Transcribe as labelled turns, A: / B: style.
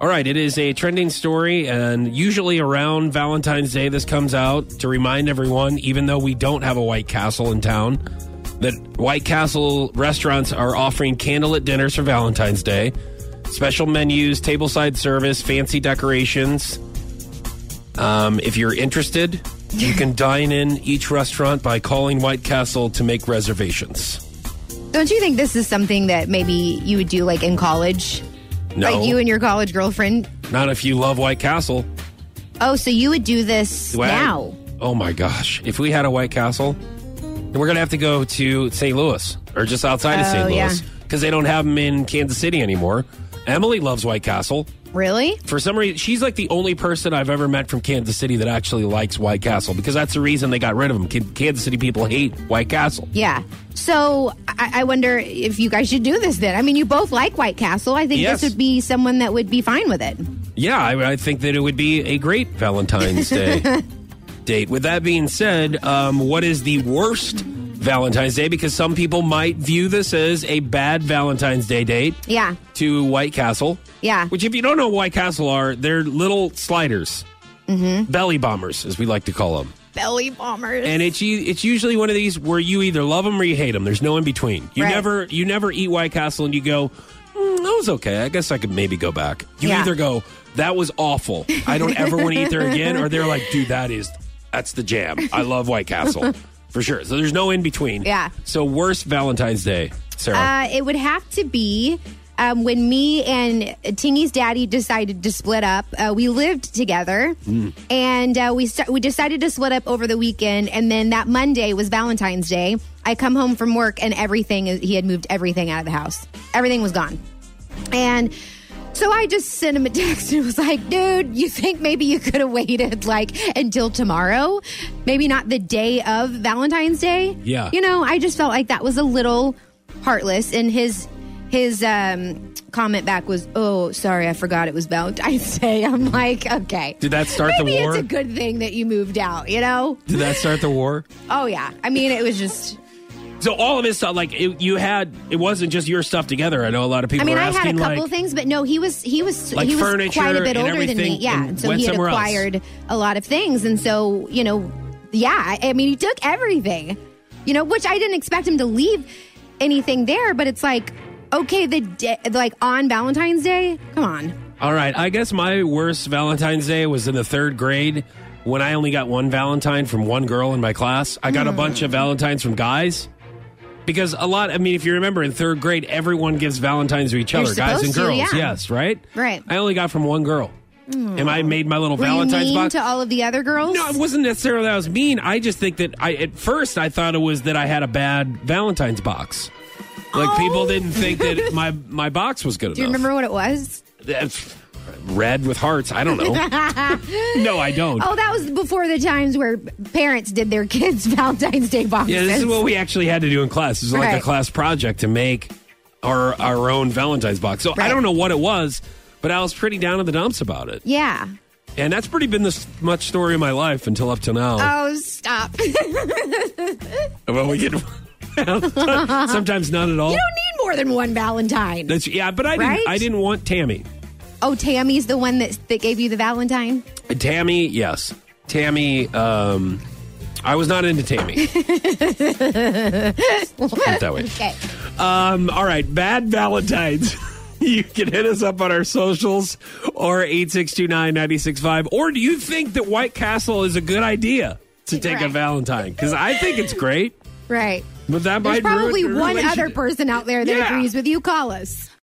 A: All right, it is a trending story, and usually around Valentine's Day, this comes out to remind everyone, even though we don't have a White Castle in town, that White Castle restaurants are offering candlelit dinners for Valentine's Day. Special menus, tableside service, fancy decorations. Um, if you're interested, you can dine in each restaurant by calling White Castle to make reservations.
B: Don't you think this is something that maybe you would do like in college?
A: No,
B: Like you and your college girlfriend?
A: not if you love White Castle.
B: Oh, so you would do this
A: Well,
B: now.
A: Oh my gosh. If we had a White Castle, then we're going to have to go to St. Louis or just outside of
B: Oh,
A: St.
B: yeah.
A: Louis because they don't have them in Kansas City anymore. Emily loves White Castle.
B: Really?
A: For some reason, she's like the only person I've ever met from Kansas City that actually likes White Castle because that's the reason they got rid of them. Kan- Kansas City people hate White Castle.
B: Yeah. So I, I wonder if you guys should do this then. I mean, you both like White Castle. I think
A: Yes.
B: this would be someone that would be fine with it.
A: Yeah, I, I think that it would be a great Valentine's Day date. With that being said, um, what is the worst Valentine's Day? Because some people might view this as a bad Valentine's Day date.
B: Yeah.
A: to White Castle.
B: Yeah.
A: Which, if you don't know what White Castle are, they're little sliders, mm-hmm. belly bombers, as we like to call them.
B: Belly bombers.
A: And it's u- it's usually one of these where you either love them or you hate them. There's no in between. You
B: Right.
A: never you never eat White Castle and you go, mm, that was okay. I guess I could maybe go back. You
B: Yeah.
A: either go, that was awful. I don't ever want to eat there again, or they're like, dude, that is that's the jam. I love White Castle for sure. So there's no in between.
B: Yeah.
A: So worst Valentine's Day, Sarah.
B: Uh, it would have to be um, when me and Tingy's daddy decided to split up. Uh, we lived together, and uh, we st- we decided to split up over the weekend. And then that Monday was Valentine's Day. I come home from work, and everything is- he had moved everything out of the house. Everything was gone, and. So I just sent him a text and was like, dude, you think maybe you could have waited like until tomorrow? Maybe not the day of Valentine's Day?
A: Yeah.
B: You know, know, I just felt like that was a little heartless. And his his um, comment back was, "Oh, sorry, I forgot it was Valentine's Day." I'm like, okay.
A: Did that start the
B: Maybe
A: war?
B: it's a good thing that you moved out. You know?
A: Did that start the war?
B: Oh yeah. I mean, it was just.
A: So all of his stuff, like it, you had, it wasn't just your stuff together. I know a lot of people
B: I mean,
A: are
B: I had a
A: asking,
B: couple
A: like,
B: things, but no, he was he was
A: Like
B: he was
A: furniture
B: quite a bit
A: and
B: older than me.
A: everything
B: Yeah,
A: and
B: and so
A: went
B: he had
A: somewhere else.
B: acquired a lot of things, and so you know, yeah, I I mean, he took everything, you know, which I didn't expect him to leave anything there, but it's like, okay, the day, like on Valentine's Day, come on,
A: all right, I guess my worst Valentine's Day was in the third grade when I only got one Valentine from one girl in my class. I
B: Hmm.
A: got a bunch of Valentines from guys because a lot. I mean, if you remember, in third grade, everyone gives Valentines to each
B: You're
A: other, guys and
B: supposed to,
A: girls.
B: yeah.
A: Yes, right,
B: Right. Hmm.
A: I only got from one girl, and I made my little
B: were
A: Valentine's
B: you mean
A: box.
B: to all of the other girls?
A: No, it wasn't necessarily that I was mean. I just think that I at first I thought it was that I had a bad Valentine's box. Like
B: Oh.
A: people didn't think that my my box was good
B: Do you
A: enough.
B: remember what it was?
A: That's red with hearts. I don't know. no, I don't.
B: Oh, that was before the times where parents did their kids Valentine's Day boxes.
A: yeah, this is what we actually had to do in class. This is like a
B: Right.
A: class project to make our our own Valentine's box. So I
B: Right.
A: don't know what it was, but I was pretty down in the dumps about it.
B: yeah.
A: And that's pretty been this much story of my life until up to now.
B: Oh, stop.
A: well, we get sometimes not at all.
B: Oh. You don't need more than one Valentine.
A: That's yeah, but I
B: Right?
A: didn't. I didn't want Tammy.
B: oh, Tammy's the one that that gave you the Valentine.
A: Tammy, yes, Tammy. Um, I was not into Tammy. Put it that way.
B: Okay.
A: Um, all right, bad Valentines. You can hit us up on our socials or 8629965. Or do you think that White Castle is a good idea to take a
B: Right.
A: Valentine? Because I think it's great,
B: Right.
A: but that might
B: There's
A: ruin
B: probably
A: your
B: one
A: relationship.
B: other person out there that
A: Yeah.
B: agrees with you. Call us.